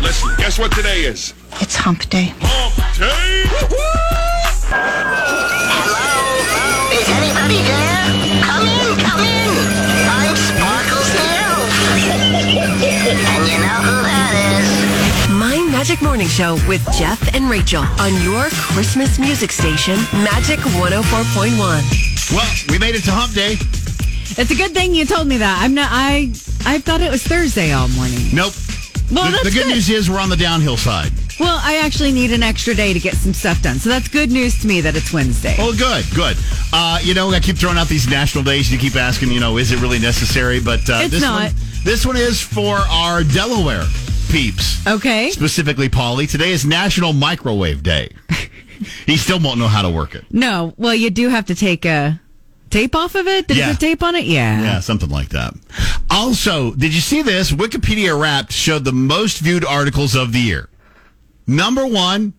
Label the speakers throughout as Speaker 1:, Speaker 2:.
Speaker 1: Listen, guess what today is?
Speaker 2: It's hump day.
Speaker 1: Hump day!
Speaker 3: Hello? Is anybody there? Come in, come in. I'm Sparkles Nails. and you know who that is.
Speaker 4: My Magic Morning Show with Jeff and Rachel on your Christmas music station, Magic 104.1.
Speaker 5: Well, we made it to Hump Day.
Speaker 6: It's a good thing you told me that. I'm not. I I thought it was Thursday all morning.
Speaker 5: Nope.
Speaker 6: Well,
Speaker 5: the,
Speaker 6: that's
Speaker 5: the good,
Speaker 6: good.
Speaker 5: news is we're on the downhill side.
Speaker 6: Well, I actually need an extra day to get some stuff done, so that's good news to me that it's Wednesday.
Speaker 5: Oh, good, good. Uh, you know, I keep throwing out these national days. You keep asking, you know, is it really necessary? But uh,
Speaker 6: It's
Speaker 5: this
Speaker 6: not.
Speaker 5: one, this one is for our Delaware peeps,
Speaker 6: Okay.
Speaker 5: specifically Polly. Today is National Microwave Day. he still won't know how to work it.
Speaker 6: No. Well, you do have to take a tape off of it. Did
Speaker 5: Yeah.
Speaker 6: it have tape on it? Yeah.
Speaker 5: Yeah, something like that. Also, did you see this? Wikipedia Wrapped showed the most viewed articles of the year. Number one,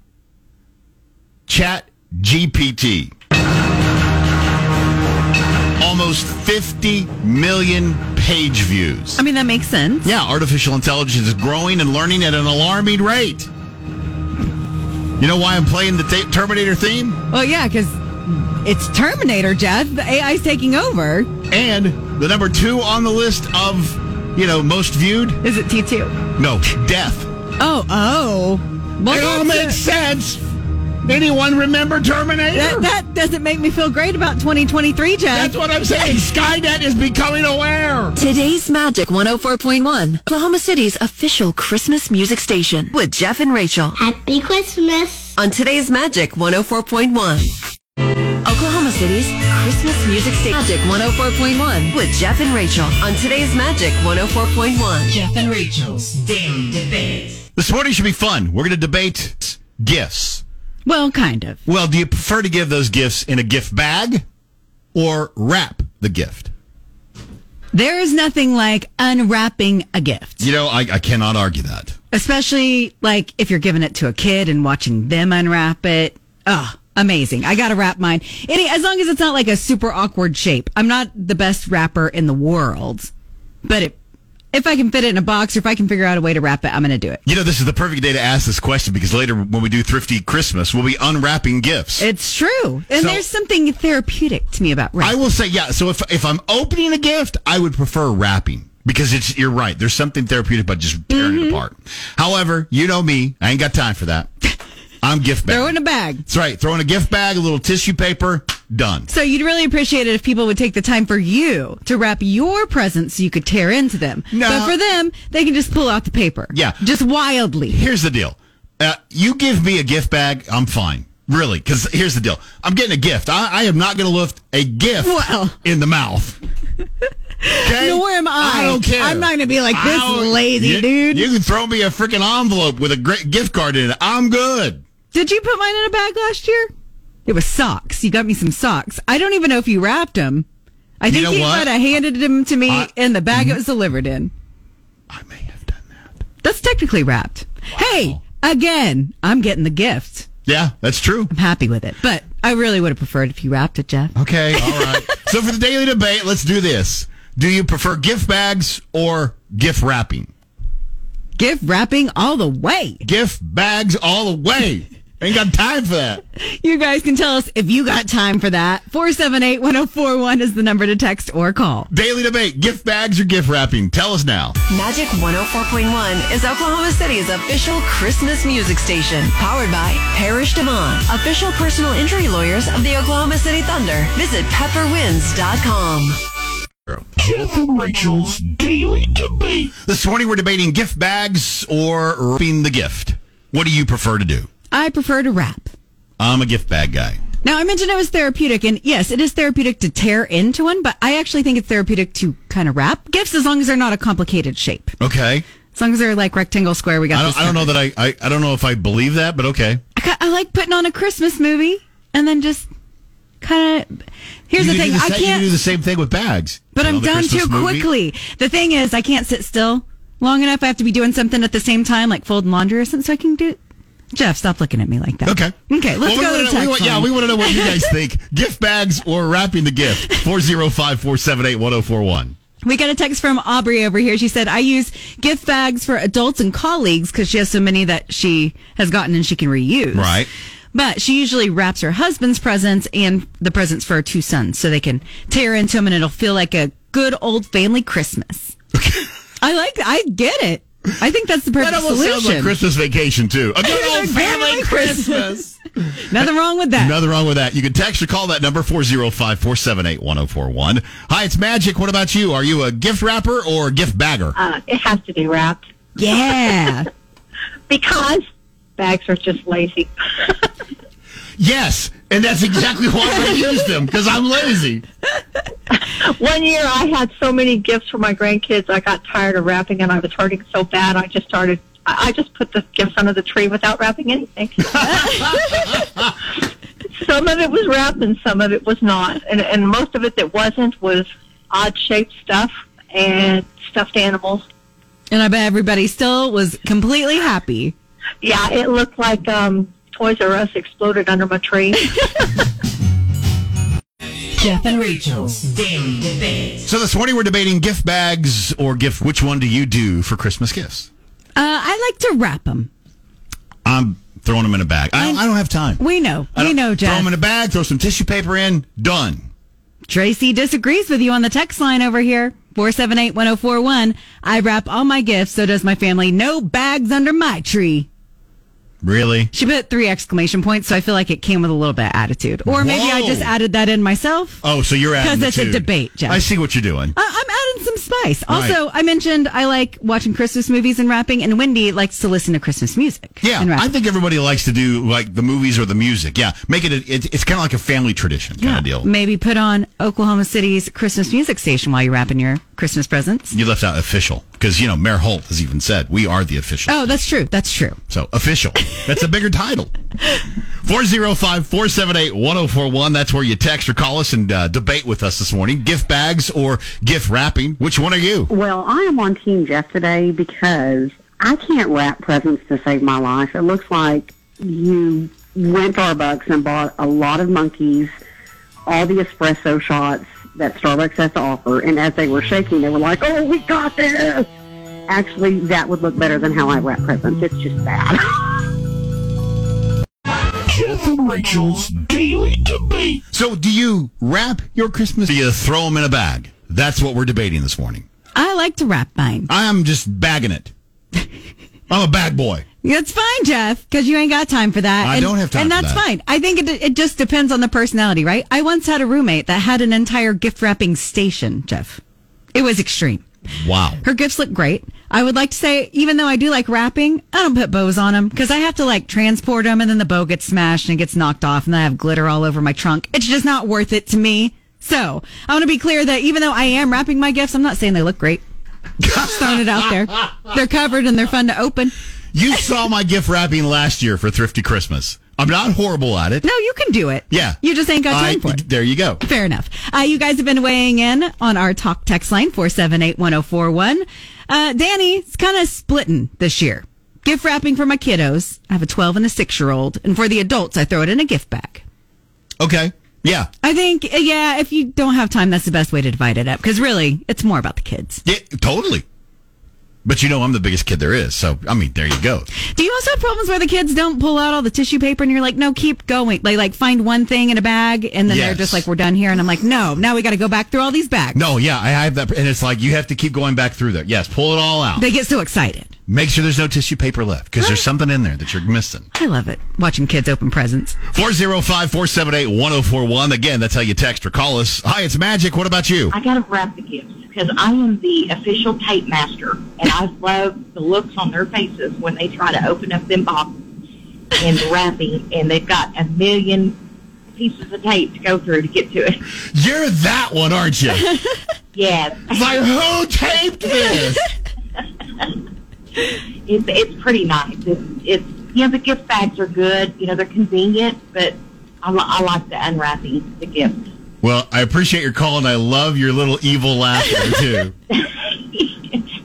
Speaker 5: Chat GPT. Almost 50 million page views.
Speaker 6: I mean that makes sense.
Speaker 5: Yeah, artificial intelligence is growing and learning at an alarming rate. You know why I'm playing the ta- Terminator theme?
Speaker 6: Well, yeah, because it's Terminator, Jeff. The AI's taking over.
Speaker 5: And the number two on the list of, you know, most viewed?
Speaker 6: Is it T two?
Speaker 5: No, death.
Speaker 6: Oh, oh. Well,
Speaker 5: It all
Speaker 6: that's-
Speaker 5: makes sense. Anyone remember Terminator?
Speaker 6: that, that doesn't make me feel great about 2023, Jeff.
Speaker 5: That's what I'm saying. Skynet is becoming aware.
Speaker 4: Today's Magic 104.1, Oklahoma City's official Christmas music station with Jeff and Rachel
Speaker 3: Happy Christmas.
Speaker 4: on today's Magic 104.1. Oklahoma City's Christmas music station, Magic 104.1 with Jeff and Rachel on today's Magic 104.1.
Speaker 7: Jeff and Rachel's Daily Debate.
Speaker 5: This morning should be fun. We're going to debate gifts.
Speaker 6: Well, kind of.
Speaker 5: Well, do you prefer to give those gifts in a gift bag or wrap the gift?
Speaker 6: There is nothing like unwrapping a gift,
Speaker 5: You know, I, I cannot argue that.
Speaker 6: especially like if you're giving it to a kid and watching them unwrap it. Oh, amazing. I got to wrap mine. Any, as long as it's not like a super awkward shape. I'm not the best wrapper in the world, but it, if I can fit it in a box or if I can figure out a way to wrap it, I'm going to do it.
Speaker 5: You know, this is the perfect day to ask this question because later when we do Thrifty Christmas, we'll be unwrapping gifts.
Speaker 6: It's true. And
Speaker 5: So-
Speaker 6: there's something therapeutic to me about
Speaker 5: I
Speaker 6: wrapping.
Speaker 5: will say, yeah. So if if I'm opening a gift, I would prefer wrapping because it's you're right. There's something therapeutic about just tearing
Speaker 6: Mm-hmm.
Speaker 5: it apart. However, you know me, I ain't got time for that. I'm gift bag.
Speaker 6: Throw in a bag.
Speaker 5: That's right. Throw in a gift bag, a little tissue paper, done.
Speaker 6: So you'd really appreciate it if people would take the time for you to wrap your presents so you could tear into them.
Speaker 5: No.
Speaker 6: But for them, they can just pull out the paper.
Speaker 5: Yeah.
Speaker 6: Just wildly.
Speaker 5: Here's the deal. Uh, you give me a gift bag, I'm fine. Really, because here's the deal. I'm getting a gift. I, I am not going to lift a gift
Speaker 6: Well.
Speaker 5: in the mouth. Okay?
Speaker 6: Nor am I.
Speaker 5: I don't care.
Speaker 6: I'm not gonna be like,
Speaker 5: I
Speaker 6: this
Speaker 5: don't-
Speaker 6: lazy
Speaker 5: you-
Speaker 6: dude.
Speaker 5: You can throw me a freaking envelope with a great gift card in it. I'm good.
Speaker 6: Did you put mine in a bag last year? It was socks. You got me some socks. I don't even know if you wrapped them. I think
Speaker 5: know
Speaker 6: you
Speaker 5: what?
Speaker 6: might have handed them to me
Speaker 5: I- Mm-hmm.
Speaker 6: in the bag it was delivered in.
Speaker 5: I may have done that.
Speaker 6: That's technically wrapped. Hey, again, I'm getting the gift.
Speaker 5: Yeah, that's true.
Speaker 6: I'm happy with it. But I really would have preferred if you wrapped it, Jeff.
Speaker 5: Okay, all right. so for the daily debate, let's do this. Do you prefer gift bags or gift wrapping?
Speaker 6: Gift wrapping all the way.
Speaker 5: Gift bags all the way. Ain't got time for that.
Speaker 6: You guys can tell us if you got time for that. 478 1041 is the number to text or call.
Speaker 5: Daily debate, gift bags or gift wrapping? Tell us now.
Speaker 4: Magic 104.1 is Oklahoma City's official Christmas music station, powered by Parish Devon, official personal injury lawyers of the Oklahoma City Thunder. Visit pepperwinds.com.
Speaker 8: Jeff and Rachel's Daily Debate.
Speaker 5: This morning we're debating gift bags or wrapping the gift. What do you prefer to do?
Speaker 6: I prefer to wrap.
Speaker 5: I'm a gift bag guy.
Speaker 6: Now, I mentioned it was therapeutic, and yes, it is therapeutic to tear into one, but I actually think it's therapeutic to kind of wrap gifts as long as they're not a complicated shape.
Speaker 5: Okay.
Speaker 6: As long as they're like rectangle, square, we got
Speaker 5: I
Speaker 6: this
Speaker 5: don't, I don't know that I, I, I don't know if I believe that, but okay.
Speaker 6: I, ca- I like putting on a Christmas movie and then just kind of. Here's
Speaker 5: you
Speaker 6: the
Speaker 5: could
Speaker 6: thing
Speaker 5: do
Speaker 6: I
Speaker 5: sa- you could
Speaker 6: can't.
Speaker 5: do the same thing with bags.
Speaker 6: But I'm
Speaker 5: Another
Speaker 6: done
Speaker 5: Christmas
Speaker 6: too
Speaker 5: movie.
Speaker 6: quickly. The thing is, I can't sit still long enough. I have to be doing something at the same time, like folding laundry or something, so I can do. Jeff, stop looking at me like that.
Speaker 5: Okay.
Speaker 6: Okay.
Speaker 5: Well, we
Speaker 6: Let's go to
Speaker 5: wanna
Speaker 6: the
Speaker 5: know- we
Speaker 6: text
Speaker 5: want- Yeah,
Speaker 6: line.
Speaker 5: we want to know oh what you guys think. Gift bags or wrapping the gift? 405 478 1041.
Speaker 6: We got a text from Aubrey over here. She said, I use gift bags for adults and colleagues because she has so many that she has gotten and she can reuse.
Speaker 5: Right.
Speaker 6: But she usually wraps her husband's presents and the presents for her two sons so they can tear into them and it'll feel like a good old family Christmas. I like I get it. I think that's the perfect
Speaker 5: That almost
Speaker 6: solution.
Speaker 5: sounds like Christmas vacation too. A good old family
Speaker 6: Family
Speaker 5: Christmas.
Speaker 6: Nothing wrong with that.
Speaker 5: Nothing wrong with that. You can text or call that number 405-478-1041. Hi, it's Magic. What about you? Are you a gift wrapper or gift bagger?
Speaker 2: Uh, it has to be wrapped
Speaker 6: Yeah.
Speaker 2: because bags are just lazy.
Speaker 5: yes, and that's exactly why I use them because I'm lazy.
Speaker 2: One year I had so many gifts for my grandkids, I got tired of wrapping and I was hurting so bad, I just started, I I just put the gifts under the tree without wrapping anything. some of it was wrapped and some of it was not. And, and most of it that wasn't was odd shaped stuff and stuffed animals.
Speaker 6: and I bet everybody still was completely happy.
Speaker 2: Yeah, it looked like um, Toys R Us exploded under my tree.
Speaker 7: Jeff and Rachel's Daily Debate.
Speaker 5: So this morning we're debating gift bags or gift. Which one do you do for Christmas gifts?
Speaker 6: Uh, I like to wrap them.
Speaker 5: I'm throwing them in a bag. I, I don't have time.
Speaker 6: We know.
Speaker 5: I
Speaker 6: We
Speaker 5: don't-
Speaker 6: know,
Speaker 5: Throw
Speaker 6: Jeff.
Speaker 5: them in a bag. Throw some tissue paper in. Done.
Speaker 6: Tracy disagrees with you on the text line over here. 478-1041. I wrap all my gifts, so does my family. No bags under my tree.
Speaker 5: Really?
Speaker 6: She put three exclamation points, so I feel like it came with a little bit of attitude. Or maybe I
Speaker 5: Whoa.
Speaker 6: just added that in myself.
Speaker 5: Oh, so you're adding
Speaker 6: Because
Speaker 5: the
Speaker 6: it's a
Speaker 5: two.
Speaker 6: debate, Jeff.
Speaker 5: I see what you're doing.
Speaker 6: I- I'm adding some spice. Also,
Speaker 5: Uh, Right.
Speaker 6: I mentioned I like watching Christmas movies and rapping, and Wendy likes to listen to Christmas music.
Speaker 5: Yeah,
Speaker 6: and rap.
Speaker 5: I think everybody likes to do like the movies or the music. Yeah, make it. A, it it's kind of like a family tradition kind of deal.
Speaker 6: Maybe put on Oklahoma City's Christmas music station while you're wrapping your Christmas presents.
Speaker 5: You left out official because you know Mayor Holt has even said we are the official.
Speaker 6: Oh, that's true. That's true.
Speaker 5: So official. That's a bigger title. 405-478-1041. That's where you text or call us and uh, debate with us this morning. Gift bags or gift wrapping. Which one are you?
Speaker 9: Well, I am on Team Jeff today because I can't wrap presents to save my life. It looks like you went to Starbucks and bought a lot of monkeys, all the espresso shots that Starbucks has to offer, and as they were shaking, they were like, "Oh, we got this!" Actually, that would look better than how I wrap presents. It's just bad.
Speaker 8: Jeff and Rachel's Daily Debate.
Speaker 5: So do you wrap your Christmas? Do you throw them in a bag? That's what we're debating this morning.
Speaker 6: I like to wrap mine.
Speaker 5: I am just bagging it. I'm a bag boy.
Speaker 6: That's fine, Jeff, because you ain't got time for that.
Speaker 5: I
Speaker 6: and,
Speaker 5: don't have time
Speaker 6: and
Speaker 5: for
Speaker 6: that's
Speaker 5: that.
Speaker 6: fine. I think it, it just depends on the personality, right? I once had a roommate that had an entire gift wrapping station, Jeff. It was extreme.
Speaker 5: Wow.
Speaker 6: Her gifts look great. I would like to say, even though I do like wrapping, I don't put bows on them because I have to like transport them and then the bow gets smashed and it gets knocked off and I have glitter all over my trunk. It's just not worth it to me. So I want to be clear that even though I am wrapping my gifts, I'm not saying they look great. Just throwing it out there. They're covered and they're fun to open.
Speaker 5: You saw my gift wrapping last year for Thrifty Christmas. I'm not horrible at it.
Speaker 6: No, you can do it.
Speaker 5: Yeah.
Speaker 6: You just ain't got time
Speaker 5: I-
Speaker 6: for it.
Speaker 5: There you go.
Speaker 6: Fair enough. Uh, you guys have been weighing in on our talk text line, 478-1041. Uh, Danny's kind of splitting this year. Gift wrapping for my kiddos. I have a 12 and a 6-year-old. And for the adults, I throw it in a gift bag.
Speaker 5: Okay. Yeah.
Speaker 6: I think, uh, yeah, if you don't have time, that's the best way to divide it up. Because really, it's more about the kids.
Speaker 5: Yeah, totally. But you know, I'm the biggest kid there is. So, I mean, there you go.
Speaker 6: Do you also have problems where the kids don't pull out all the tissue paper and you're like, no, keep going. They like find one thing in a bag and then they're
Speaker 5: Yes.
Speaker 6: just like, we're done here. And I'm like, no, now we got to go back through all these bags.
Speaker 5: No, yeah, I have that. And it's like, you have to keep going back through there. Yes, pull it all out.
Speaker 6: They get so excited.
Speaker 5: Make sure there's no tissue paper left because there's something in there that you're missing.
Speaker 6: I love it watching kids open presents.
Speaker 5: 405 478 1041. Again, that's how you text or call us. Hi, it's Magic. What about you?
Speaker 10: I gotta wrap the gifts because I am the official tape master, and I love the looks on their faces when they try to open up them boxes and the wrapping, and they've got a million pieces of tape to go through to get to it.
Speaker 5: You're that one, aren't you? It's
Speaker 10: Yes,
Speaker 5: like, who taped this?
Speaker 10: it's it's pretty nice. It's it's you know the gift bags are good. You know they're convenient, but I, li- I like the unwrapping the gifts.
Speaker 5: Well, I appreciate your call and I love your little evil laughter, too.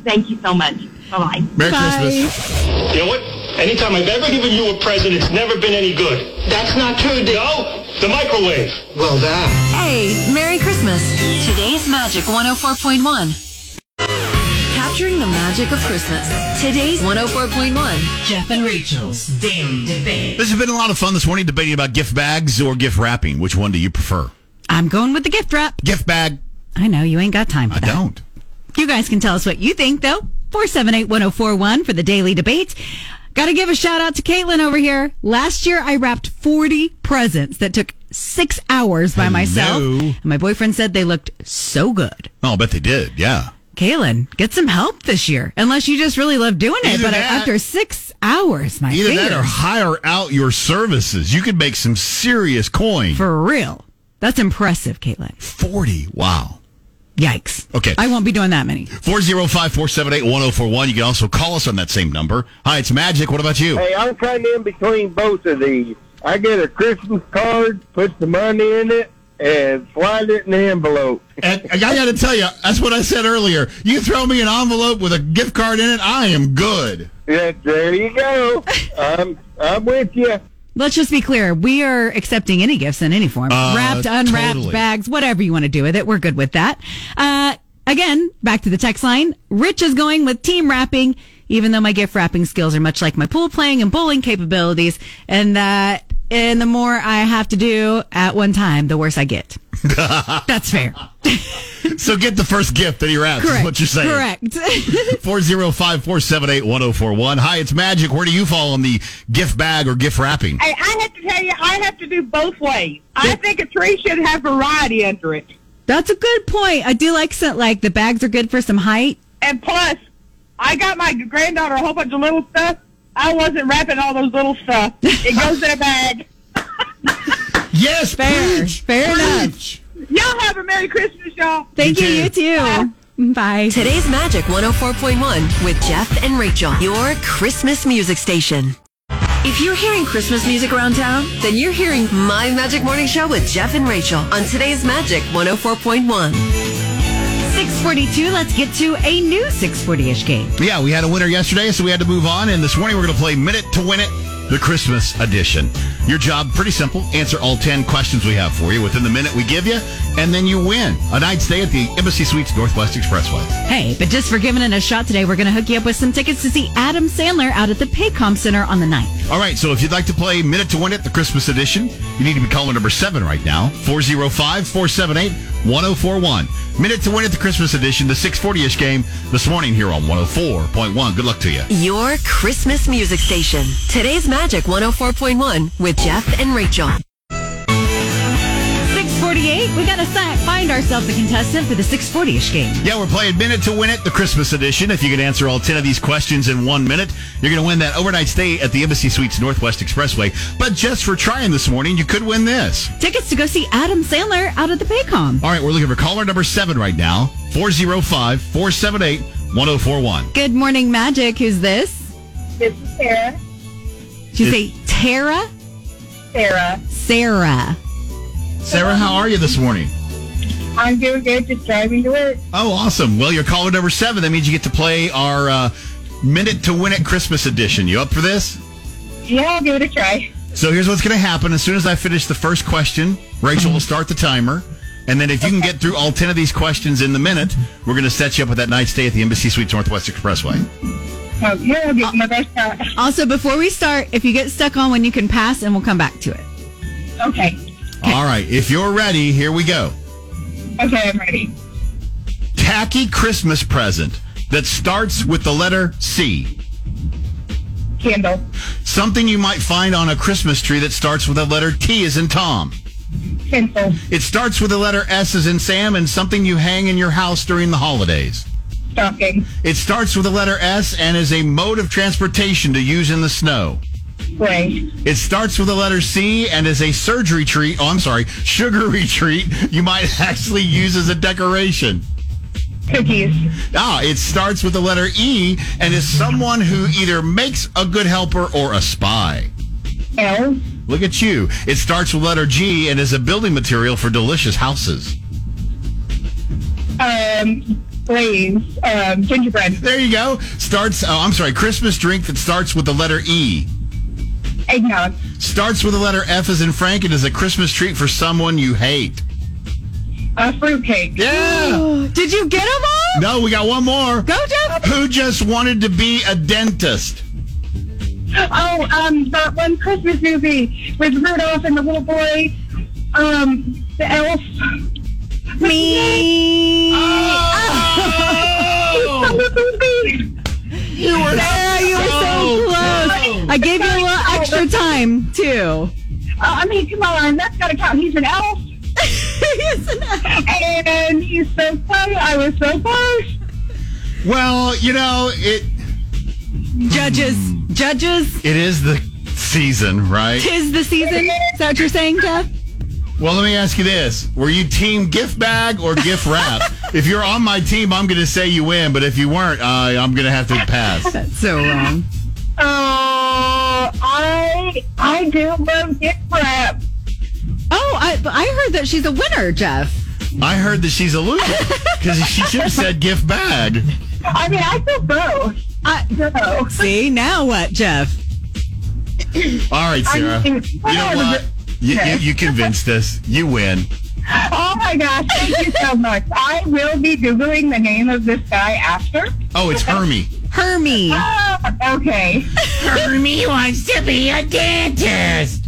Speaker 10: Thank you so much. Bye bye.
Speaker 5: Merry Christmas.
Speaker 11: You know what? Anytime I've ever given you a present, it's never been any good. That's not true, Dick. No, The microwave. Well done.
Speaker 4: Hey, Merry Christmas. Today's Magic 104.1. Capturing the magic of Christmas. Today's 104.1.
Speaker 7: Jeff and Rachel's Daily Debate.
Speaker 5: This has been a lot of fun this morning debating about gift bags or gift wrapping. Which one do you prefer?
Speaker 6: I'm going with the gift wrap.
Speaker 5: Gift bag.
Speaker 6: I know you ain't got time for
Speaker 5: I
Speaker 6: that.
Speaker 5: don't.
Speaker 6: You guys can tell us what you think though. 478-1041 for the daily debate. Got to give a shout out to Caitlin over here. Last year I wrapped 40 presents that took 6 hours by myself. And my boyfriend said they looked so good.
Speaker 5: Oh, I bet they did. Yeah.
Speaker 6: Kaylin, get some help this year. Unless you just really love doing it,
Speaker 5: Either
Speaker 6: but
Speaker 5: that-
Speaker 6: after 6 hours, my
Speaker 5: Either that or
Speaker 6: goodness.
Speaker 5: hire out your services. You could make some serious coin.
Speaker 6: for real. That's impressive, Caitlin.
Speaker 5: 40. Wow.
Speaker 6: Yikes.
Speaker 5: Okay.
Speaker 6: I won't be doing that many.
Speaker 5: 405-478-1041. You can also call us on that same number. Hi, it's Magic. What about you?
Speaker 12: Hey, I'm kind of in between both of these. I get a Christmas card, put the money in it, and slide it in the envelope.
Speaker 5: And I got to tell you, that's what I said earlier. You throw me an envelope with a gift card in it, I am good.
Speaker 12: Yeah, there you go. I'm I'm with you.
Speaker 6: Let's just be clear. We are accepting any gifts in any form.
Speaker 5: Uh,
Speaker 6: Wrapped, unwrapped,
Speaker 5: totally.
Speaker 6: bags, whatever you want to do with it. We're good with that. Uh, again, back to the text line. Rich is going with team wrapping, even though my gift wrapping skills are much like my pool playing and bowling capabilities. And that, and the more I have to do at one time, the worse I get. That's fair.
Speaker 5: So get the first gift that he wraps, is what you're saying.
Speaker 6: Correct.
Speaker 5: 405-478-1041. Hi, it's Magic. Where do you fall on the gift bag or gift wrapping?
Speaker 13: Hey, I have to tell you, I have to do both ways. I think a tree should have variety under it.
Speaker 6: That's a good point. I do like some, like the bags are good for some height.
Speaker 13: And plus, I got my granddaughter a whole bunch of little stuff. I wasn't wrapping all those little stuff. It goes in a bag.
Speaker 5: Yes,
Speaker 6: fair, fair
Speaker 13: enough. Y'all have a Merry Christmas, y'all.
Speaker 6: Thank you, you too. Bye.
Speaker 4: Today's Magic 104.1 with Jeff and Rachel, your Christmas music station. If you're hearing Christmas music around town, then you're hearing My Magic Morning Show with Jeff and Rachel on today's Magic 104.1.
Speaker 6: 642, let's get to a new 640-ish game.
Speaker 5: Yeah, we had a winner yesterday, so we had to move on. And this morning, we're going to play Minute to Win It, the Christmas edition. Your job, pretty simple. Answer all 10 questions we have for you within the minute we give you, and then you win a night stay at the Embassy Suites Northwest Expressway.
Speaker 6: Hey, but just for giving it a shot today, we're going to hook you up with some tickets to see Adam Sandler out at the Paycom Center on the 9th.
Speaker 5: All right, so if you'd like to play Minute to Win It, the Christmas edition, you need to be calling number seven right now, 405 478 1041. Minute to Win It, the Christmas edition, the 640 ish game this morning here on 104.1. Good luck to you.
Speaker 4: Your Christmas music station. Today's Magic 104.1 with Jeff and Rachel.
Speaker 6: 648, we got to find ourselves a contestant for the 640-ish game.
Speaker 5: Yeah, we're playing Minute to Win It, the Christmas edition. If you can answer all 10 of these questions in one minute, you're going to win that overnight stay at the Embassy Suites Northwest Expressway. But just for trying this morning, you could win this.
Speaker 6: Tickets to go see Adam Sandler out at the Paycom.
Speaker 5: All right, we're looking for caller number seven right now, 405 478 1041.
Speaker 6: Good morning, Magic. Who's this?
Speaker 13: This is Sarah.
Speaker 6: Did you say Tara?
Speaker 13: Sarah.
Speaker 6: Sarah.
Speaker 5: Sarah, how are you this morning?
Speaker 13: I'm doing good, just driving to work.
Speaker 5: Oh, awesome. Well, you're caller number seven. That means you get to play our uh, Minute to Win It Christmas edition. You up for this?
Speaker 13: Yeah, I'll give it a try.
Speaker 5: So here's what's going to happen. As soon as I finish the first question, Rachel will start the timer. And then if you can get through all 10 of these questions in the minute, we're going to set you up with that night stay at the Embassy Suites Northwest Expressway.
Speaker 13: Okay, I'll give it my best shot.
Speaker 6: Also, before we start, if you get stuck on when you can pass, and we'll come back to it.
Speaker 13: Okay.
Speaker 5: All right. If you're ready, here we go.
Speaker 13: Okay, I'm ready.
Speaker 5: Tacky Christmas present that starts with the letter C.
Speaker 13: Candle.
Speaker 5: Something you might find on a Christmas tree that starts with the letter T as in Tom.
Speaker 13: Pencil.
Speaker 5: It starts with the letter S as in Sam and something you hang in your house during the holidays.
Speaker 13: Stocking.
Speaker 5: It starts with the letter S and is a mode of transportation to use in the snow.
Speaker 13: Gray.
Speaker 5: It starts with the letter C and is a surgery treat. Oh, I'm sorry, sugary treat you might actually use as a decoration.
Speaker 13: Cookies.
Speaker 5: Ah, it starts with the letter E and is someone who either makes a good helper or a spy.
Speaker 13: L.
Speaker 5: Look at you. It starts with letter G and is a building material for delicious houses.
Speaker 13: Um, glaze. Um, gingerbread.
Speaker 5: There you go. Starts. Oh, I'm sorry. Christmas drink that starts with the letter E.
Speaker 13: Eggnog.
Speaker 5: Starts with the letter F as in Frank and is a Christmas treat for someone you hate.
Speaker 13: A uh, fruitcake.
Speaker 5: Yeah.
Speaker 6: Did you get them all?
Speaker 5: No, we got one more.
Speaker 6: Go, Jeff.
Speaker 5: Who just wanted to be a dentist?
Speaker 13: Oh, um, that one Christmas movie with Rudolph and the little boy, um, the elf.
Speaker 6: Me.
Speaker 13: Oh.
Speaker 5: You were
Speaker 6: There, you were so
Speaker 5: so
Speaker 6: close. I gave you a little extra time too.
Speaker 13: oh, I mean, come on, that's got to count. He's an elf.
Speaker 6: He's an elf.
Speaker 13: And he's so funny. I was so close.
Speaker 5: Well, you know, it
Speaker 6: Judges, judges.
Speaker 5: it is the season, right?
Speaker 6: Tis the season. Is that what you're saying, Jeff?
Speaker 5: Well, let me ask you this. Were you team gift bag or gift wrap? if you're on my team, I'm going to say you win, but if you weren't, I I'm going to have to pass.
Speaker 6: That's so wrong.
Speaker 13: Uh, I I do love gift wrap.
Speaker 6: Oh, I I heard that she's a winner, Jeff.
Speaker 5: I heard that she's a loser because she should have said gift bag.
Speaker 13: I mean, I feel both.
Speaker 6: I,
Speaker 13: So.
Speaker 6: see now what, Jeff?
Speaker 5: All right, Sarah.
Speaker 13: I
Speaker 5: You know
Speaker 13: mean,
Speaker 5: what? You, you, you convinced us. You win.
Speaker 13: Oh my gosh! Thank you so much. I will be googling the name of this guy after.
Speaker 5: Oh, it's Hermie.
Speaker 6: Hermie.
Speaker 13: Oh, okay.
Speaker 8: Hermie wants to be a dentist.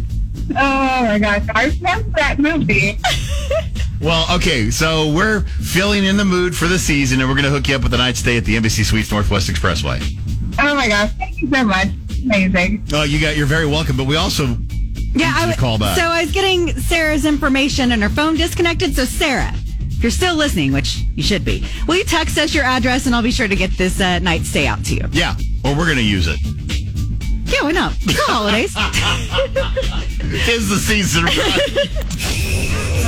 Speaker 13: Oh my gosh! I remember that movie.
Speaker 5: Well, okay, so we're filling in the mood for the season, and we're going to hook you up with a night stay at the Embassy Suites Northwest Expressway.
Speaker 13: Oh my gosh! Thank you so much. Amazing.
Speaker 5: Oh, you got. You're very welcome. But we also
Speaker 6: Yeah, I
Speaker 5: you
Speaker 6: w-
Speaker 5: call back.
Speaker 6: So I was getting Sarah's information and her phone disconnected. So Sarah, if you're still listening, which you should be, will you text us your address and I'll be sure to get this uh, night stay out to you.
Speaker 5: yeah, or we're going to use it.
Speaker 6: Yeah, why not? It's the holidays.
Speaker 5: It is the season. right?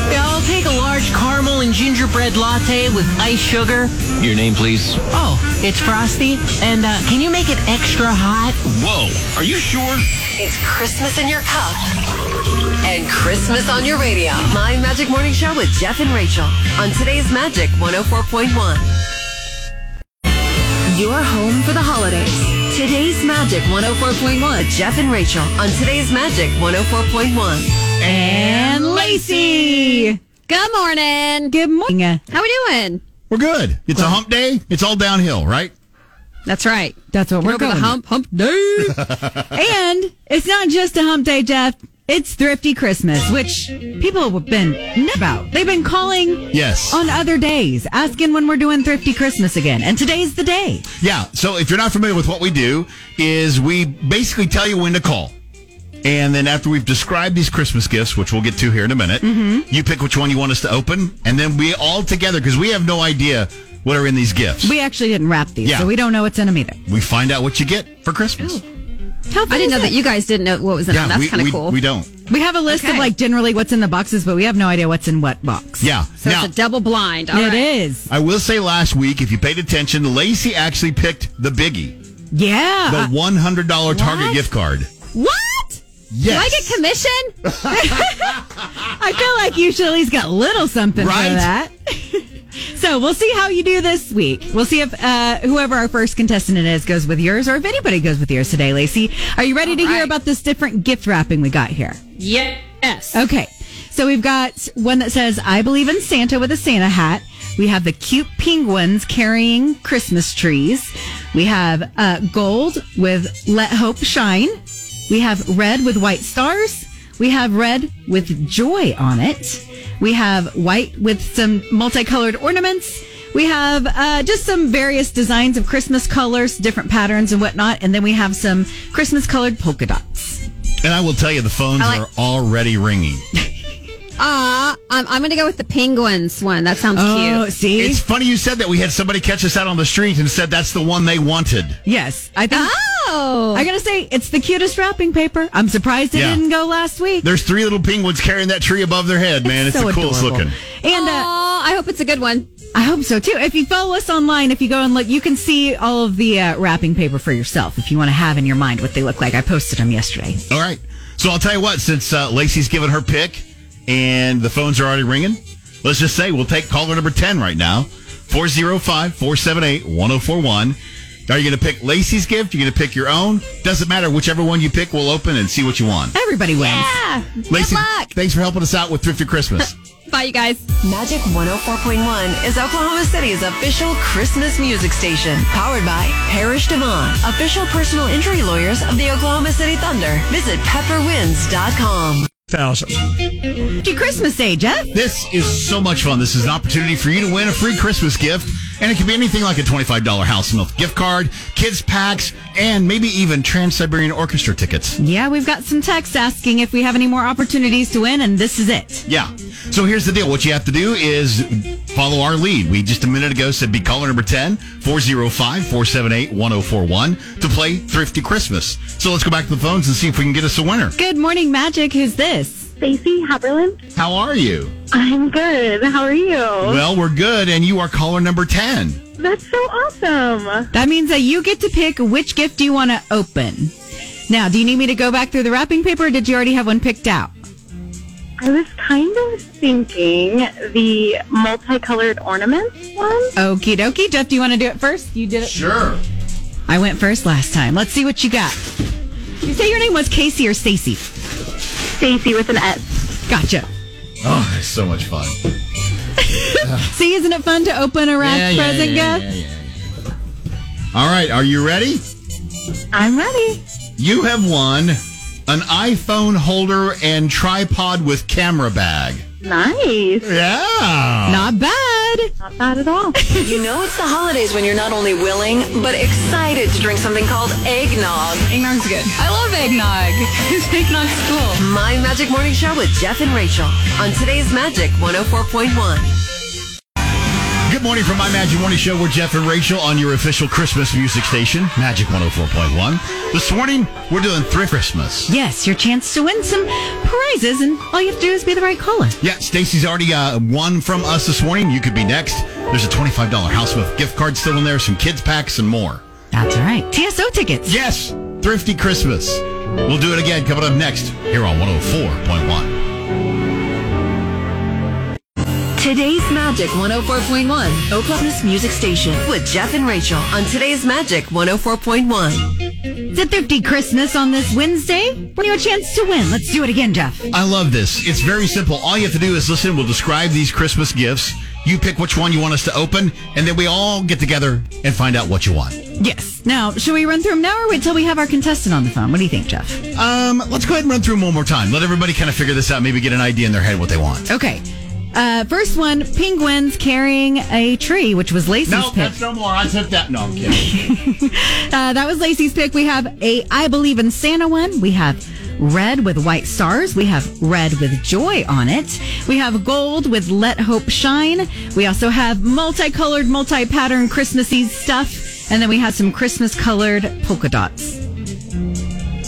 Speaker 14: Yeah, I'll take a large caramel and gingerbread latte with ice sugar.
Speaker 15: Your name, please.
Speaker 14: Oh, it's frosty. And uh, can you make it extra hot?
Speaker 15: Whoa, are you sure?
Speaker 4: It's Christmas in your cup and Christmas on your radio. My Magic Morning Show with Jeff and Rachel on today's Magic 104.1. Your home for the holidays. Today's Magic 104.1. Jeff and Rachel on today's Magic 104.1.
Speaker 6: and Lacey.
Speaker 16: Good morning.
Speaker 6: Good morning.
Speaker 16: How we doing?
Speaker 5: we're good. It's a hump day. It's all downhill, right?
Speaker 16: That's right.
Speaker 6: That's what we're
Speaker 16: Over the
Speaker 6: going with.
Speaker 16: hump, hump day.
Speaker 6: And it's not just a hump day, Jeff. It's Thrifty Christmas, which people have been n- about. They've been calling
Speaker 5: Yes.
Speaker 6: on other days, asking when we're doing Thrifty Christmas again. And today's the day.
Speaker 5: Yeah. So if you're not familiar with what we do, is we basically tell you when to call. And then after we've described these Christmas gifts, which we'll get to here in a minute,
Speaker 16: Mm-hmm.
Speaker 5: you pick which one you want us to open, and then we all together because we have no idea what are in these gifts.
Speaker 6: We actually didn't wrap these,
Speaker 5: Yeah.
Speaker 6: so we don't know what's in them either.
Speaker 5: We find out what you get for Christmas.
Speaker 6: How fun
Speaker 16: I didn't
Speaker 6: is
Speaker 16: know that you guys didn't know what was in them. That's
Speaker 5: we,
Speaker 16: kind
Speaker 5: we,
Speaker 16: of cool.
Speaker 5: we don't.
Speaker 6: We have a list of
Speaker 16: Okay.
Speaker 6: like generally what's in the boxes, but we have no idea what's in what box.
Speaker 5: Yeah.
Speaker 16: so
Speaker 5: now,
Speaker 16: it's a double blind.
Speaker 6: It
Speaker 16: All
Speaker 6: is.
Speaker 16: right.
Speaker 5: I will say last week, if you paid attention, Lacey actually picked the biggie,
Speaker 6: Yeah.
Speaker 5: the $100 Target
Speaker 16: Ah. What?
Speaker 5: gift card.
Speaker 16: What? Do
Speaker 5: Yes.
Speaker 16: I get commission?
Speaker 6: I feel like you should at least get a little something
Speaker 5: Right?
Speaker 6: for that. so we'll see how you do this week. We'll see if uh, whoever our first contestant is goes with yours or if anybody goes with yours today, Lacey. Are you ready to hear
Speaker 16: right.
Speaker 6: about this different gift wrapping we got here?
Speaker 16: yes.
Speaker 6: Okay. So we've got one that says, I believe in Santa with a Santa hat. We have the cute penguins carrying Christmas trees. We have uh, gold with Let Hope Shine. We have red with white stars. We have red with joy on it. We have white with some multicolored ornaments. We have uh, just some various designs of Christmas colors, different patterns and whatnot. And then we have some Christmas colored polka dots.
Speaker 5: And I will tell you, the phones
Speaker 16: I like-
Speaker 5: are already ringing.
Speaker 16: Ah, I'm, I'm going to go with the penguins one. That sounds cute.
Speaker 6: Oh, see?
Speaker 5: It's funny you said that. We had somebody catch us out on the street and said that's the one they wanted.
Speaker 6: Yes, I think.
Speaker 16: Oh.
Speaker 6: I gotta say, it's the cutest wrapping paper. I'm surprised it
Speaker 5: Yeah.
Speaker 6: didn't go last week.
Speaker 5: There's three little penguins carrying that tree above their head, man. It's,
Speaker 6: so
Speaker 5: the coolest
Speaker 6: adorable.
Speaker 5: looking.
Speaker 6: And uh,
Speaker 16: Aw, I hope it's a good one.
Speaker 6: I hope so too. If you follow us online, if you go and look, you can see all of the uh, wrapping paper for yourself if you want to have in your mind what they look like. I posted them yesterday.
Speaker 5: All right. So I'll tell you what, since uh, Lacey's given her pick and the phones are already ringing, let's just say we'll take caller number 10 right oh now 405 478 1041. Are you going to pick Lacey's gift? You're going to pick your own? Doesn't matter. Whichever one you pick, we'll open and see what you want.
Speaker 6: Everybody wins.
Speaker 16: Yeah.
Speaker 5: Lacey, thanks for helping us out with Thrifty Christmas.
Speaker 16: Bye, you guys.
Speaker 4: Magic 104.1 is Oklahoma City's official Christmas music station, powered by Parish Devon, official personal injury lawyers of the Oklahoma City Thunder. Visit pepperwinds.com.
Speaker 5: Thousand.
Speaker 6: Happy Christmas Day, Jeff.
Speaker 5: This is so much fun. This is an opportunity for you to win a free Christmas gift. And it could be anything like a $25 house milk gift card, kids packs, and maybe even Trans Siberian Orchestra tickets.
Speaker 6: Yeah, we've got some texts asking if we have any more opportunities to win, and this is it.
Speaker 5: Yeah. So here's the deal. What you have to do is follow our lead. We just a minute ago said be caller number 10, 405-478-1041 to play Thrifty Christmas. So let's go back to the phones and see if we can get us a winner.
Speaker 6: Good morning, Magic. Who's this?
Speaker 17: Stacy Haberlin.
Speaker 5: How are you?
Speaker 17: I'm good. How are you?
Speaker 5: Well, we're good, and you are caller number 10.
Speaker 17: That's so awesome.
Speaker 6: That means that you get to pick which gift do you want to open. Now, do you need me to go back through the wrapping paper, or did you already have one picked out?
Speaker 17: I was kind of thinking the multicolored ornaments one.
Speaker 6: Okie dokie. Jeff, do you want to do it first? You did it.
Speaker 5: Sure.
Speaker 6: I went first last time. Let's see what you got. You say your name was Casey or Stacy?
Speaker 17: Stacy with an S.
Speaker 6: Gotcha.
Speaker 5: Oh, it's so much fun.
Speaker 6: See, isn't it fun to open a wrapped
Speaker 5: Yeah, yeah,
Speaker 6: present,
Speaker 5: yeah,
Speaker 6: Jeff?
Speaker 5: All right, are you ready?
Speaker 17: I'm ready.
Speaker 5: You have won an iPhone holder and tripod with camera bag.
Speaker 17: Nice.
Speaker 5: Yeah.
Speaker 6: Not bad.
Speaker 17: Not bad at all.
Speaker 4: you know it's the holidays when you're not only willing, but excited to drink something called eggnog. Eggnog's good. I love eggnog. Eggnog's cool. My Magic Morning Show with Jeff and Rachel on today's Magic 104.1.
Speaker 5: Good morning from my Magic Morning Show. We're Jeff and Rachel on your official Christmas music station, Magic 104.1. This morning, we're doing Thrift Christmas.
Speaker 6: Yes, your chance to win some prizes, and all you have to do is be the right caller.
Speaker 5: Yeah, Stacy's already uh, won from us this morning. You could be next. There's a $25 house with gift card still in there, some kids packs, and more.
Speaker 6: That's right. TSO tickets.
Speaker 5: Yes, Thrifty Christmas. We'll do it again coming up next here on 104.1.
Speaker 4: Today's Magic 104.1, Oklahoma's music station with Jeff and Rachel on today's Magic 104.1.
Speaker 6: It's a thrifty Christmas on this Wednesday. Bring you a chance to win. Let's do it again, Jeff.
Speaker 5: I love this. It's very simple. All you have to do is listen. We'll describe these Christmas gifts. You pick which one you want us to open, and then we all get together and find out what you want.
Speaker 6: Yes. Now, should we run through them now or wait till we have our contestant on the phone? What do you think, Jeff?
Speaker 5: Um, let's go ahead and run through them one more time. Let everybody kind of figure this out, maybe get an idea in their head what they want.
Speaker 6: Okay. Uh, first one, penguins carrying a tree, which was Lacey's
Speaker 5: No,
Speaker 6: pick.
Speaker 5: that's no more. I took that. No, I'm kidding.
Speaker 6: Uh, that was Lacey's pick. We have a I Believe in Santa one. We have red with white stars. We have red with joy on it. We have gold with Let Hope Shine. We also have multicolored, multi-pattern Christmassy stuff. And then we have some Christmas-colored polka dots.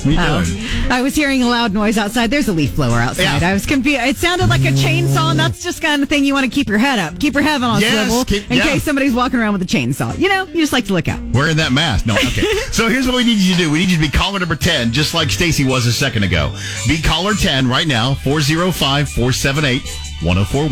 Speaker 5: We
Speaker 6: Oh, I was hearing a loud noise outside. There's a leaf blower outside.
Speaker 5: Yeah.
Speaker 6: I was confused. It sounded like a chainsaw, and that's just kind of thing you want to keep your head up, keep your head on a
Speaker 5: Yes,
Speaker 6: swivel,
Speaker 5: keep-
Speaker 6: in
Speaker 5: yeah.
Speaker 6: case somebody's walking around with a chainsaw. You know, you just like to look out.
Speaker 5: Wearing that mask. No, okay. so here's what we need you to do. We need you to be caller number 10, just like Stacy was a second ago. Be caller 10 right now, 405-478-1041.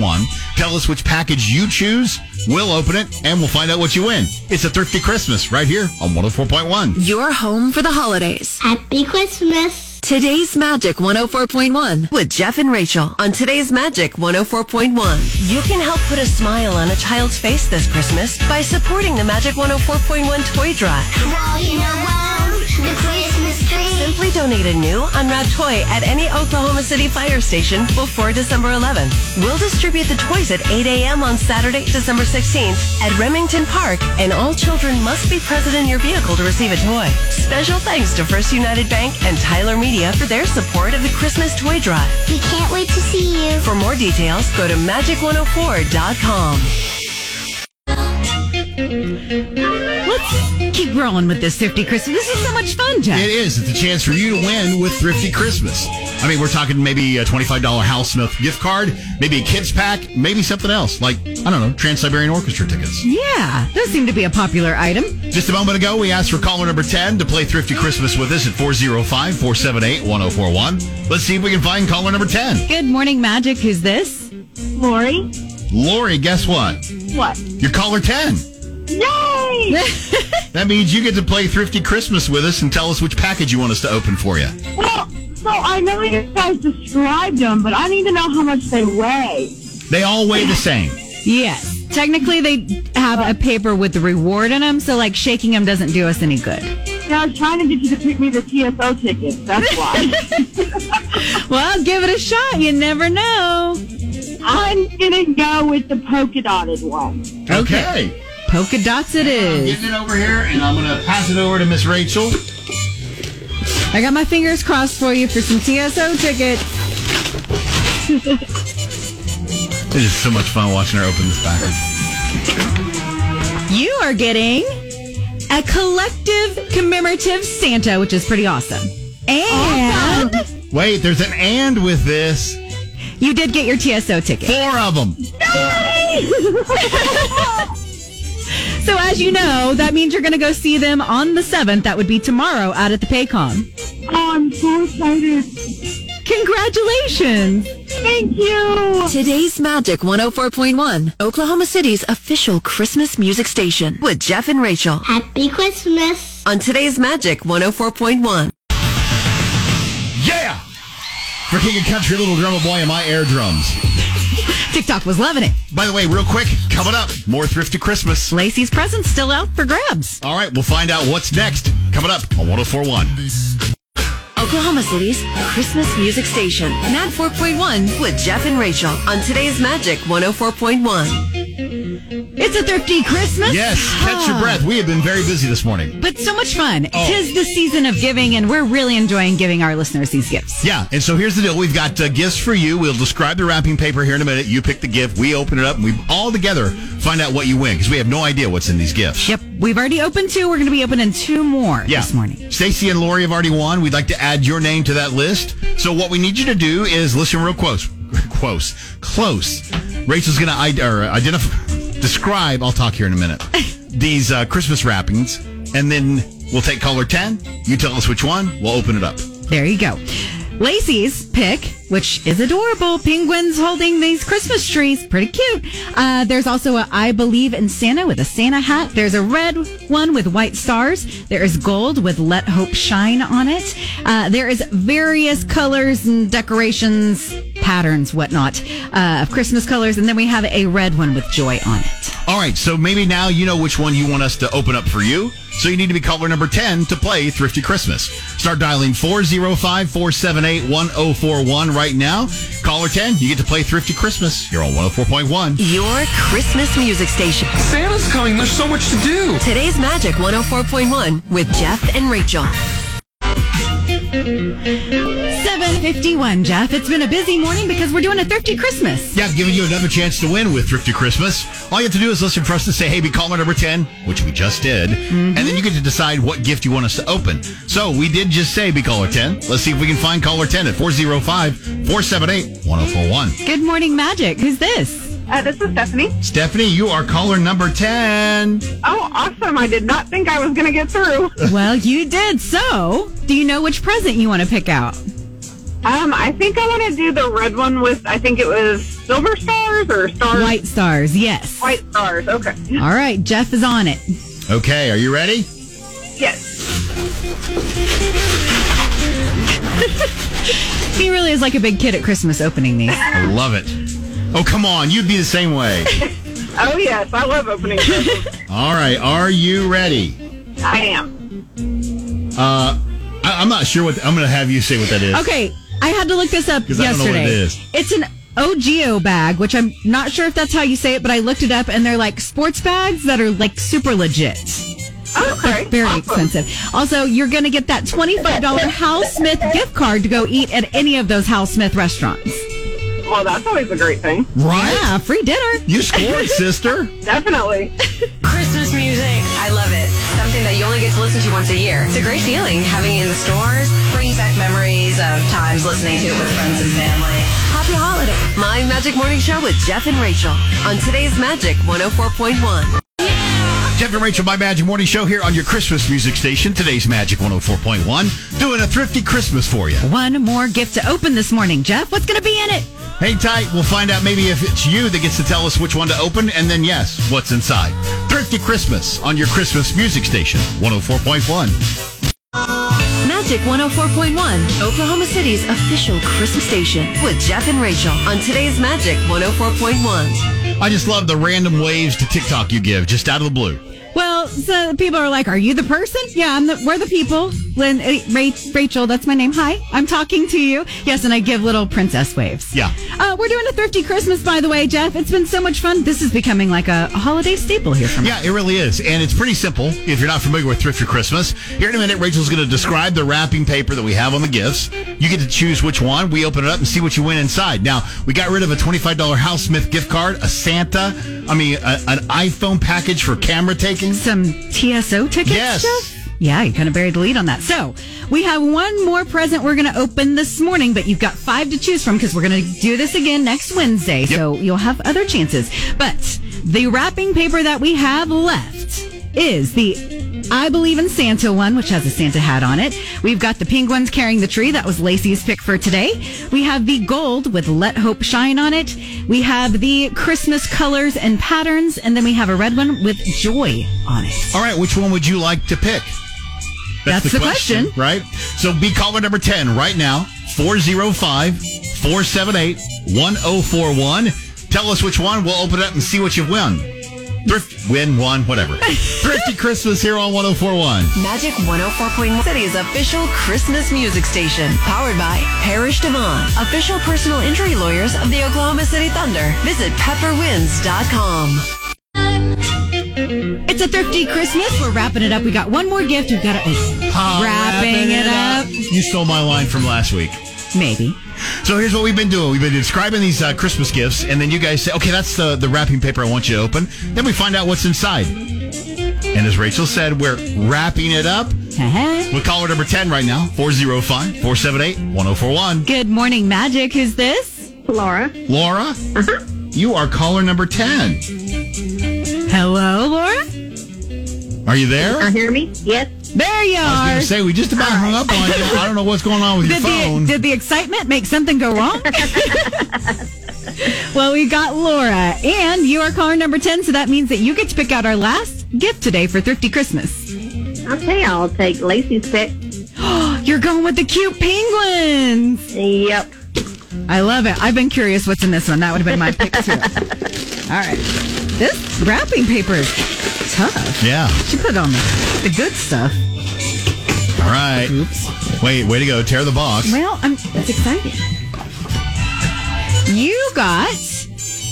Speaker 5: Tell us which package you choose. We'll open it and we'll find out what you win. It's a thrifty Christmas right here on 104.1.
Speaker 4: Your home for the holidays.
Speaker 18: Happy Christmas.
Speaker 4: Today's Magic 104.1 with Jeff and Rachel on today's Magic 104.1. You can help put a smile on a child's face this Christmas by supporting the Magic 104.1 toy drive.
Speaker 18: Walking around the Christmas tree.
Speaker 4: Simply donate a new unwrapped toy at any Oklahoma City fire station before December 11th. We'll distribute the toys at 8 a.m. on Saturday, December 16th at Remington Park, and all children must be present in your vehicle to receive a toy. Special thanks to First United Bank and Tyler Media for their support of the Christmas Toy Drive.
Speaker 18: We can't wait to see you.
Speaker 4: For more details, go to magic104.com.
Speaker 6: Let's keep rolling with this thrifty Christmas. This is so much fun, Jeff.
Speaker 5: It is. It's a chance for you to win with Thrifty Christmas. I mean, we're talking maybe a $25 House Smith gift card, maybe a kids pack, maybe something else like, I don't know, Trans-Siberian Orchestra tickets.
Speaker 6: Yeah, those seem to be a popular item.
Speaker 5: Just a moment ago, we asked for caller number 10 to play Thrifty Christmas with us at 405 478 1041. Let's see if we can find caller number 10.
Speaker 6: Good morning, Magic. Who's this?
Speaker 17: Lori.
Speaker 5: Lori, guess what?
Speaker 17: What?
Speaker 5: You're caller 10.
Speaker 13: Yay!
Speaker 5: That means you get to play Thrifty Christmas with us and tell us which package you want us to open for you.
Speaker 13: well, so I know you guys described them, but I need to know how much they weigh.
Speaker 5: They all weigh the same.
Speaker 6: Yes. Technically, they have a paper with the reward in them, so like shaking them doesn't do us any good.
Speaker 13: Yeah, I was trying to get you to pick me the TSO tickets. That's why.
Speaker 6: well, give it a shot. You never know.
Speaker 13: I'm gonna go with the polka dotted one.
Speaker 5: Okay.
Speaker 6: Polka dots it
Speaker 5: I'm
Speaker 6: is.
Speaker 5: getting it over here, and I'm going to pass it over to Miss Rachel.
Speaker 6: I got my fingers crossed for you for some TSO tickets.
Speaker 5: It is so much fun watching her open this package.
Speaker 6: you are getting a collective commemorative Santa, which is pretty awesome. And
Speaker 5: Wait, there's an and with this.
Speaker 6: you did get your TSO ticket.
Speaker 5: Four of them.
Speaker 6: So as you know, that means you're going to go see them on the 7th. That would be tomorrow out at the Paycom.
Speaker 13: Oh, I'm so excited.
Speaker 6: Congratulations.
Speaker 13: Thank you.
Speaker 4: Today's Magic 104.1, Oklahoma City's official Christmas music station with Jeff and Rachel.
Speaker 18: Happy Christmas.
Speaker 4: On today's Magic 104.1.
Speaker 5: Yeah! For King of Country, Little Drummer Boy, and my air drums.
Speaker 6: TikTok was loving it.
Speaker 5: By the way, real quick, coming up, more Thrifty Christmas.
Speaker 6: Lacey's present's still out for grabs.
Speaker 5: All right, we'll find out what's next. Coming up on 1041.
Speaker 4: Oklahoma City's Christmas music station, Mag 4.1 with Jeff and Rachel on today's Magic 104.1.
Speaker 6: It's a thrifty Christmas.
Speaker 5: Yes, catch your
Speaker 6: Ah.
Speaker 5: breath. We have been very busy this morning.
Speaker 6: But so much fun.
Speaker 5: Oh.
Speaker 6: Tis the season of giving, and we're really enjoying giving our listeners these gifts.
Speaker 5: Yeah, and so here's the deal. We've got uh, gifts for you. We'll describe the wrapping paper here in a minute. You pick the gift, we open it up, and we all together find out what you win because we have no idea what's in these gifts.
Speaker 6: Yep. We've already opened two. We're going to be opening two more
Speaker 5: Yeah.
Speaker 6: this morning.
Speaker 5: Stacy and Lori have already won. We'd like to add your name to that list. So what we need you to do is listen real close. Close. Close. Rachel's going to Id- or identify, describe, I'll talk here in a minute, these uh, Christmas wrappings, and then we'll take caller 10. You tell us which one. We'll open it up.
Speaker 6: There you go. Lacey's pick, which is adorable. Penguins holding these Christmas trees. Pretty cute. Uh, there's also a I Believe in Santa with a Santa hat. There's a red one with white stars. There is gold with Let Hope Shine on it. Uh, there is various colors and decorations, patterns, whatnot, uh, of Christmas colors. And then we have a red one with joy on it.
Speaker 5: All right, so maybe now you know which one you want us to open up for you. So you need to be caller number 10 to play Thrifty Christmas. Start dialing 405-478-1041 right now. Caller 10, you get to play Thrifty Christmas. You're on 104.1.
Speaker 4: Your Christmas music station.
Speaker 15: Santa's coming. There's so much to do.
Speaker 4: Today's Magic 104.1 with Jeff and Rachel.
Speaker 6: 751, Jeff. It's been a busy morning because we're doing a thrifty Christmas.
Speaker 5: Yeah, giving you another chance to win with Thrifty Christmas. All you have to do is listen for us to say, hey, be caller number 10, which we just did. And then you get to decide what gift you want us to open. So we did just say, be caller 10. Let's see if we can find caller 10 at 405-478-1041.
Speaker 6: Good morning, Magic. Who's this?
Speaker 19: Uh, this is Stephanie.
Speaker 5: Stephanie, you are caller number 10.
Speaker 19: Oh, awesome. I did not think I was going to get through.
Speaker 6: well, you did. So, do you know which present you want to pick out?
Speaker 19: Um, I think I want to do the red one with, I think it was silver stars or stars.
Speaker 6: White stars, yes.
Speaker 19: White stars. Okay.
Speaker 6: All right, Jeff is on it.
Speaker 5: Okay, are you ready?
Speaker 19: Yes.
Speaker 6: He really is like a big kid at Christmas opening these.
Speaker 5: I love it. Oh, come on. You'd be the same way.
Speaker 19: Oh, yes. I love opening presents.
Speaker 5: All right. Are you ready?
Speaker 19: I am.
Speaker 5: Uh, I, I'm not sure what I'm going to have you say what that is.
Speaker 6: Okay, I had to look this up
Speaker 5: 'Cause I
Speaker 6: yesterday.
Speaker 5: don't know what it is.
Speaker 6: It's an OGO bag, which I'm not sure if that's how you say it, but I looked it up and they're like sports bags that are like super legit.
Speaker 19: Okay.
Speaker 6: Very expensive. Also, you're going to get that $25 Hal Smith gift card to go eat at any of those Hal Smith restaurants.
Speaker 19: Well, that's always a great thing.
Speaker 5: Right?
Speaker 6: Yeah, free dinner.
Speaker 5: You scored, sister.
Speaker 19: Definitely.
Speaker 4: Christmas music. I love it. Something that you only get to listen to once a year. It's a great feeling having it in the stores. Brings back memories of times listening to it with friends and family. Happy holiday. My Magic Morning Show with Jeff and Rachel on today's Magic 104.1.
Speaker 5: Jeff and Rachel, my Magic Morning Show here on your Christmas music station. Today's Magic 104.1, doing a thrifty Christmas for you.
Speaker 6: One more gift to open this morning, Jeff. What's going to be in it?
Speaker 5: Hang tight. We'll find out maybe if it's you that gets to tell us which one to open, and then, yes, what's inside. Thrifty Christmas on your Christmas music station, 104.1.
Speaker 4: Magic 104.1, Oklahoma City's official Christmas station with Jeff and Rachel on today's Magic 104.1.
Speaker 5: I just love the random waves to TikTok you give just out of the blue.
Speaker 6: Well, so people are like, "Are you the person?" Yeah, I'm the. We're the people. Lynn, eh, Ra- Rachel, that's my name. Hi, I'm talking to you. Yes, and I give little princess waves.
Speaker 5: Yeah.
Speaker 6: Uh, we're doing a thrifty Christmas, by the way, Jeff. It's been so much fun. This is becoming like a holiday staple here from.
Speaker 5: Yeah, it really is. And it's pretty simple if you're not familiar with Thrift for Christmas. Here in a minute, Rachel's going to describe the wrapping paper that we have on the gifts. You get to choose which one. We open it up and see what you win inside. Now, we got rid of a $25 House Smith gift card, a Santa, I mean, a, an iPhone package for camera taking.
Speaker 6: Some TSO tickets,
Speaker 5: Yes.
Speaker 6: Jeff? Yeah, you kind of buried the lead on that. So we have one more present we're going to open this morning, but you've got five to choose from because we're going to do this again next Wednesday. So you'll have other chances. But the wrapping paper that we have left is the I Believe in Santa one, which has a Santa hat on it. We've got the penguins carrying the tree. That was Lacey's pick for today. We have the gold with Let Hope Shine on it. We have the Christmas colors and patterns. And then we have a red one with joy on it.
Speaker 5: All right, which one would you like to pick?
Speaker 6: That's the question.
Speaker 5: Right? So be caller number 10 right now, 405 478 1041. Tell us which one. We'll open it up and see what you've won. Thrift, win, one, whatever. Thrifty Christmas here on 1041.
Speaker 4: Magic 104.1, City's official Christmas music station, powered by Parish Devon, official personal injury lawyers of the Oklahoma City Thunder. Visit pepperwinds.com.
Speaker 6: It's a thrifty Christmas. We're wrapping it up. We got one more gift. We've got to open. wrapping, it up.
Speaker 5: You stole my line from last week.
Speaker 6: Maybe.
Speaker 5: So here's what we've been doing. We've been describing these uh, Christmas gifts, and then you guys say, okay, that's the, the wrapping paper I want you to open. Then we find out what's inside. And as Rachel said, we're wrapping it up.
Speaker 6: Uh-huh.
Speaker 5: We'll call her number 10 right now, 405 478 1041.
Speaker 6: Good morning, Magic. Who's this?
Speaker 17: Laura.
Speaker 5: Laura,
Speaker 6: Uh-huh.
Speaker 5: you are caller number 10.
Speaker 6: Hello, Laura.
Speaker 5: Are you there?
Speaker 10: Can you hear me? Yes.
Speaker 6: There you
Speaker 5: I was going
Speaker 6: are.
Speaker 5: to say, we just about hung up on you. I don't know what's going on with your
Speaker 6: Did
Speaker 5: phone.
Speaker 6: the, did the excitement make something go wrong? well, we got Laura, and you are caller number 10, so that means that you get to pick out our last gift today for Thrifty Christmas.
Speaker 10: Okay, I'll take Lacey's pick.
Speaker 6: You're going with the cute penguins.
Speaker 10: Yep.
Speaker 6: I love it. I've been curious what's in this one. That would have been my pick, too. All right. This wrapping paper is tough.
Speaker 5: Yeah.
Speaker 6: She put on the, the good stuff.
Speaker 5: All right. Oops. Wait, way to go. Tear the box.
Speaker 6: Well, I'm that's exciting. You got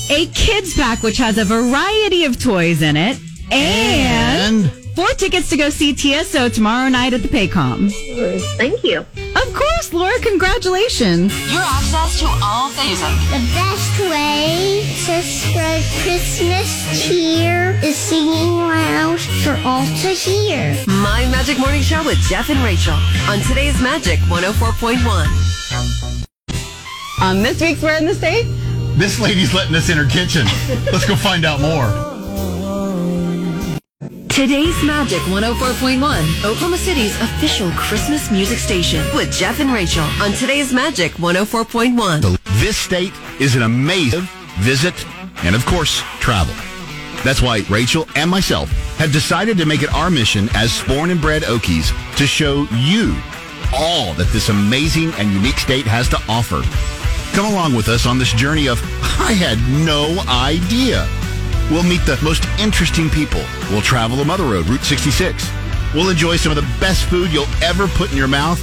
Speaker 6: a kids pack which has a variety of toys in it and, four tickets to go see TSO tomorrow night at the Paycom.
Speaker 10: Thank you.
Speaker 6: Of course, Laura, congratulations.
Speaker 4: Your access to all things
Speaker 18: The best way to spread Christmas cheer is singing loud for all to hear.
Speaker 4: My Magic Morning Show with Jeff and Rachel on today's Magic 104.1.
Speaker 20: Um, this week's Where in the State?
Speaker 5: This lady's letting us in her kitchen. Let's go find out more.
Speaker 4: Today's Magic 104.1, Oklahoma City's official Christmas music station with Jeff and Rachel on today's Magic 104.1.
Speaker 5: This state is an amazing visit and, of course, travel. That's why Rachel and myself have decided to make it our mission as born and bred Okies to show you all that this amazing and unique state has to offer. Come along with us on this journey of, I had no idea. We'll meet the most interesting people. We'll travel the Mother Road, Route 66. We'll enjoy some of the best food you'll ever put in your mouth,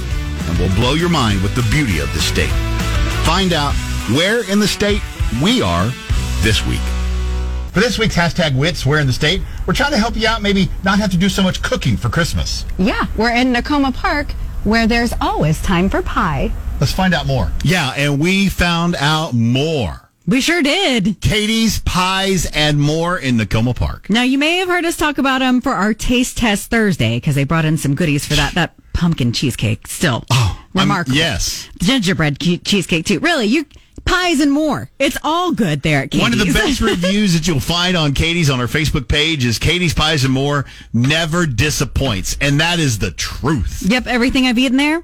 Speaker 5: and we'll blow your mind with the beauty of the state. Find out where in the state we are this week. For this week's hashtag wits, we're in the state. We're trying to help you out, maybe not have to do so much cooking for Christmas.
Speaker 20: Yeah, we're in Nakoma Park where there's always time for pie.
Speaker 5: Let's find out more. Yeah, and we found out more.
Speaker 6: We sure did.
Speaker 5: Katie's Pies and More in Nakoma Park.
Speaker 6: Now you may have heard us talk about them for our taste test Thursday because they brought in some goodies for that that pumpkin cheesecake. Still
Speaker 5: Oh,
Speaker 6: remarkable.
Speaker 5: yes.
Speaker 6: gingerbread che- cheesecake too. Really, you pies and more. It's all good there at Katie's.
Speaker 5: One of the best reviews that you'll find on Katie's on our Facebook page is Katie's Pies and More never disappoints. And that is the truth.
Speaker 6: Yep, everything I've eaten there,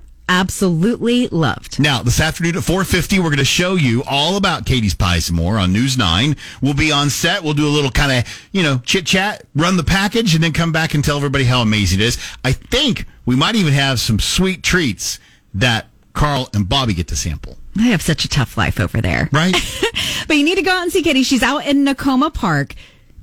Speaker 6: absolutely loved.
Speaker 5: Now, this afternoon at 4.50, we're going to show you all about Katie's Pie some more on News 9. We'll be on set. We'll do a little kind of, you know, chit-chat, run the package, and then come back and tell everybody how amazing it is. I think we might even have some sweet treats that Carl and Bobby get to sample.
Speaker 6: They have such a tough life over there.
Speaker 5: Right?
Speaker 6: but you need to go out and see Katie. She's out in Nakoma Park.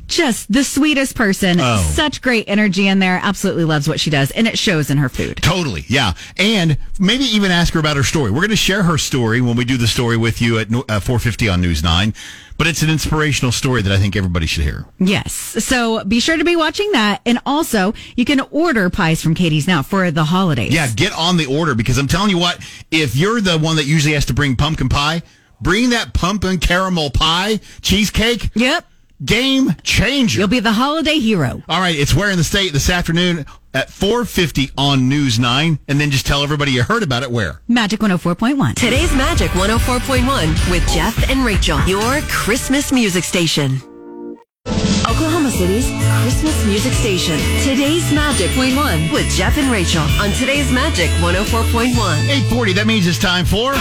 Speaker 6: Just the sweetest person.
Speaker 5: Oh.
Speaker 6: Such great energy in there. Absolutely loves what she does. And it shows in her food.
Speaker 5: Totally, yeah. And maybe even ask her about her story. We're going to share her story when we do the story with you at no- uh, 4.50 on News 9. But it's an inspirational story that I think everybody should hear.
Speaker 6: Yes. So be sure to be watching that. And also, you can order pies from Katie's now for the holidays.
Speaker 5: Yeah, get on the order because I'm telling you what, if you're the one that usually has to bring pumpkin pie, bring that pumpkin caramel pie, cheesecake.
Speaker 6: Yep.
Speaker 5: Game changer.
Speaker 6: You'll be the holiday hero.
Speaker 5: All right, it's where in the state this afternoon at 4:50 on News 9 and then just tell everybody you heard about it where.
Speaker 6: Magic 104.1.
Speaker 4: Today's Magic 104.1 with Jeff and Rachel, your Christmas music station. Oklahoma City's Christmas music station. Today's Magic oh 1 with Jeff and Rachel on today's Magic 104.1.
Speaker 5: 8:40 that means it's time for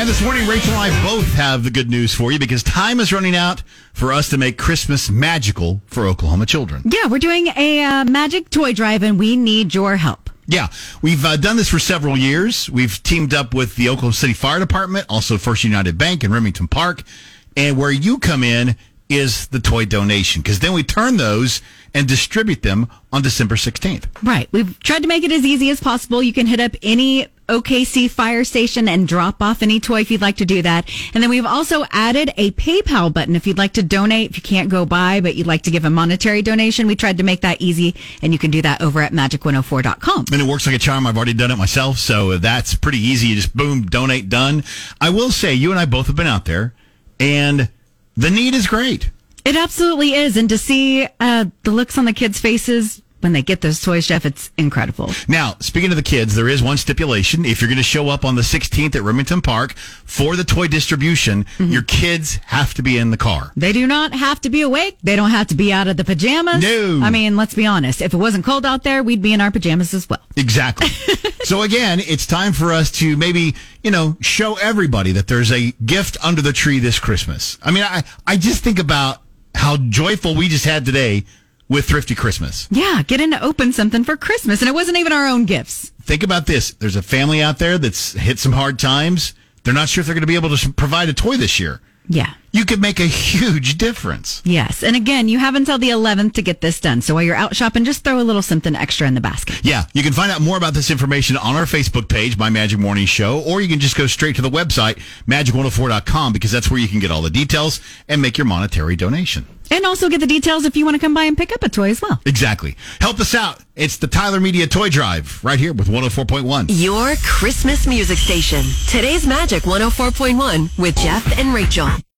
Speaker 5: And this morning, Rachel and I both have the good news for you because time is running out for us to make Christmas magical for Oklahoma children.
Speaker 6: Yeah, we're doing a uh, magic toy drive and we need your help.
Speaker 5: Yeah, we've uh, done this for several years. We've teamed up with the Oklahoma City Fire Department, also First United Bank in Remington Park. And where you come in is the toy donation because then we turn those and distribute them on December 16th.
Speaker 6: Right. We've tried to make it as easy as possible. You can hit up any OKC fire station and drop off any toy if you'd like to do that. And then we've also added a PayPal button if you'd like to donate. If you can't go by, but you'd like to give a monetary donation, we tried to make that easy and you can do that over at magic104.com.
Speaker 5: And it works like a charm. I've already done it myself, so that's pretty easy. You just boom, donate, done. I will say, you and I both have been out there, and the need is great.
Speaker 6: It absolutely is. And to see uh, the looks on the kids' faces when they get those toys, Jeff, it's incredible.
Speaker 5: Now, speaking of the kids, there is one stipulation. If you're going to show up on the 16th at Remington Park for the toy distribution, your kids have to be in the car.
Speaker 6: They do not have to be awake. They don't have to be out of the pajamas.
Speaker 5: No.
Speaker 6: I mean, let's be honest. If it wasn't cold out there, we'd be in our pajamas as well.
Speaker 5: Exactly. so again, it's time for us to maybe, you know, show everybody that there's a gift under the tree this Christmas. I mean, I, I just think about how joyful we just had today with Thrifty Christmas.
Speaker 6: Yeah, get in to open something for Christmas. And it wasn't even our own gifts.
Speaker 5: Think about this. There's a family out there that's hit some hard times. They're not sure if they're going to be able to provide a toy this year.
Speaker 6: Yeah.
Speaker 5: You could make a huge difference.
Speaker 6: Yes. And again, you have until the 11th to get this done. So while you're out shopping, just throw a little something extra in the basket.
Speaker 5: Yeah, you can find out more about this information on our Facebook page, My Magic Morning Show, or you can just go straight to the website, magic104.com, because that's where you can get all the details and make your monetary donation.
Speaker 6: And also get the details if you want to come by and pick up a toy as well.
Speaker 5: Exactly. Help us out. It's the Tyler Media Toy Drive right here with 104.1.
Speaker 4: Your oh Christmas music station. Today's Magic 104.1 with Jeff and Rachel.